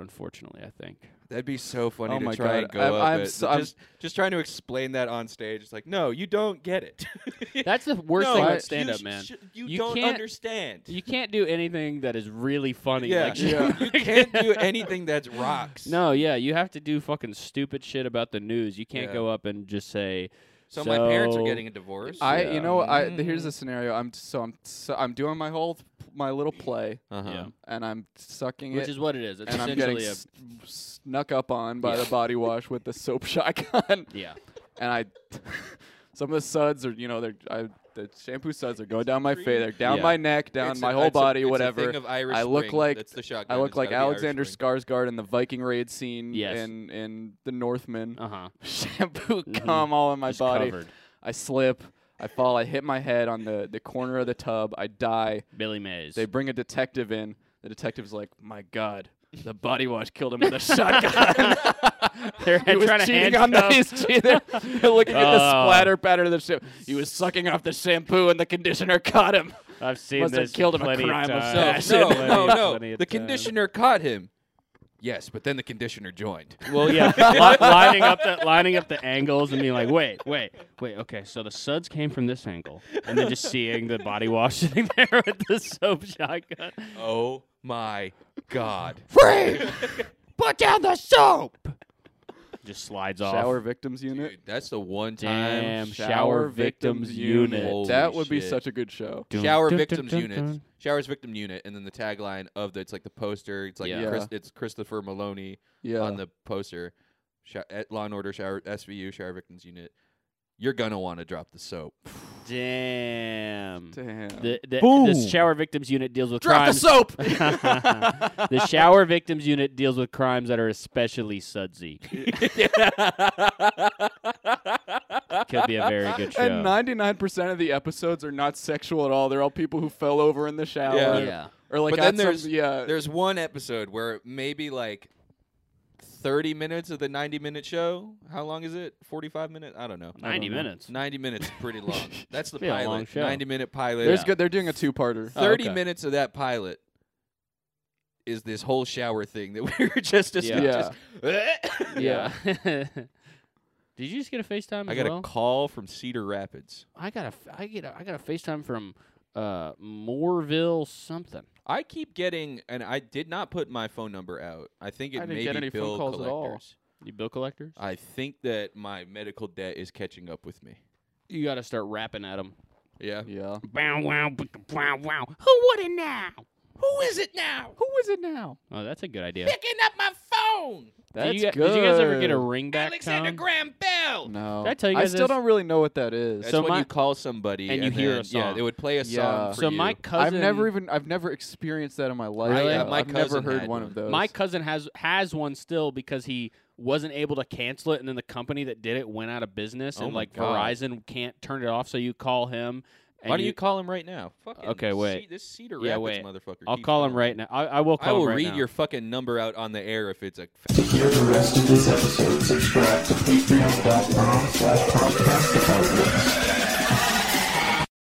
unfortunately, I think. That'd be so funny Oh to my try God, and go I'm- up I'm it. so- I'm- just, just trying to explain that on stage. It's like, no, you don't get it. That's the worst no, thing you about stand up, sh- man. sh- you, You don't can't- understand. You can't do anything that is really funny. yeah, Like, Yeah. you can't do anything that's rocks. No, yeah, you have to do fucking stupid shit about the news. You can't Yeah. go up and just say, So, my parents are So- getting a divorce. I, Yeah. mm-hmm. you know, I th- here's Mm. the scenario. I'm so I'm so I'm doing my whole my little play, uh-huh. yeah, and I'm sucking which it, is what it is. It's and I'm getting essentially a s- snuck up on by Yeah. the body wash with the soap shotgun, yeah. and I, some of the suds are, you know, they're I, the shampoo suds are going down my face, they're down Yeah. my neck, down It's a- my whole it's a- body, it's a whatever. thing of Irish I look Spring. like- That's the shotgun. I look It's like gotta be Irish Alexander Spring. Skarsgård in the Viking raid scene Yes. in in The Northman. Uh huh. shampoo Mhm. cum all in my Just body. covered. I slip. I fall. I hit my head on the, the corner of the tub. I die. Billy Mays. They bring a detective in. The detective's like, "My God, the body wash killed him with a shotgun." They're he was trying to cheating on the, handcuff- he's cheating. They're looking at the Oh. splatter pattern of the ship. He was sucking off the shampoo, and the conditioner caught him. I've seen Must have this killed him a plenty crime of times. self. No, Plenty- no, no, plenty no. of The times. conditioner caught him. Yes, but then the conditioner joined. Well, yeah, li- lining up the lining up the angles and being like, wait, wait, wait. Okay, so the suds came from this angle, and then just seeing the body wash sitting there with the soap shotgun. Oh my God. Free. Put down the soap. Just slides off. Shower victims unit. Dude, that's the one time. Damn, shower victims unit. Holy That would be shit. such a good show. Dun, Shower dun, victims dun, units. dun. Showers victim unit, and then the tagline of the it's like the poster. It's like Yeah. Chris, it's Christopher Maloney Yeah. on the poster. Sho at Law and Order Shower SVU Shower Victims Unit. You're gonna want to drop the soap. Damn. Damn. The, the, Boom. the shower victims unit deals with Drop crimes. the soap. the shower victims unit deals with crimes that are especially sudsy. Could be a very good show. And ninety nine percent of the episodes are not sexual at all. They're all people who fell over in the shower. Yeah. yeah. Or like But then got some- there's- yeah. There's one episode where maybe like 30 minutes of the 90 minute show. How long is it? 45 minutes? I don't know. 90 I don't know. minutes. 90 minutes is pretty long. That's the Be a long pilot. show. 90 minute pilot. There's Yeah. good. They're doing a two parter. Oh, 30 okay. minutes of that pilot is this whole shower thing that we were just Yeah. Yeah. discussing. Just- Yeah. Did you just get a FaceTime I as got well? a call from Cedar Rapids. I got a f- I get a, I got a FaceTime from uh Moorville something. I keep getting, and I did not put my phone number out. I think it I didn't may get be any phone bill calls at all. collectors. You bill collectors? I think that my medical debt is catching up with me. You got to start rapping at them. Yeah. Yeah. Bow wow bicka, wow wow. Who would it now? Who is it now? Who is it now? Oh, that's a good idea. Picking up my phone. That's did, you, good. did you guys ever get a ring back tone? Graham Bell. No. Did I tell you guys I still this? don't really know what that is. That's So when my- you call somebody and you hear a then- Yeah, song. they would play a Yeah. song. For So you. my I've cousin never even I've never experienced that in my life. Really? though. Yeah, my I've never cousin heard had one one. of those. my cousin has has one still because he wasn't able to cancel it and then the company that did it went out of business Oh and my like God. Verizon can't turn it off so you call him and Why don't you, call him right now? Fucking Okay, wait. Ce- this Cedar Yeah, Rapids wait. motherfucker. I'll keeps call him calling. right now. I, I will I call will him right read now. your fucking number out on the air if it's a. To hear the rest of this episode, subscribe to patreon.com slash podcast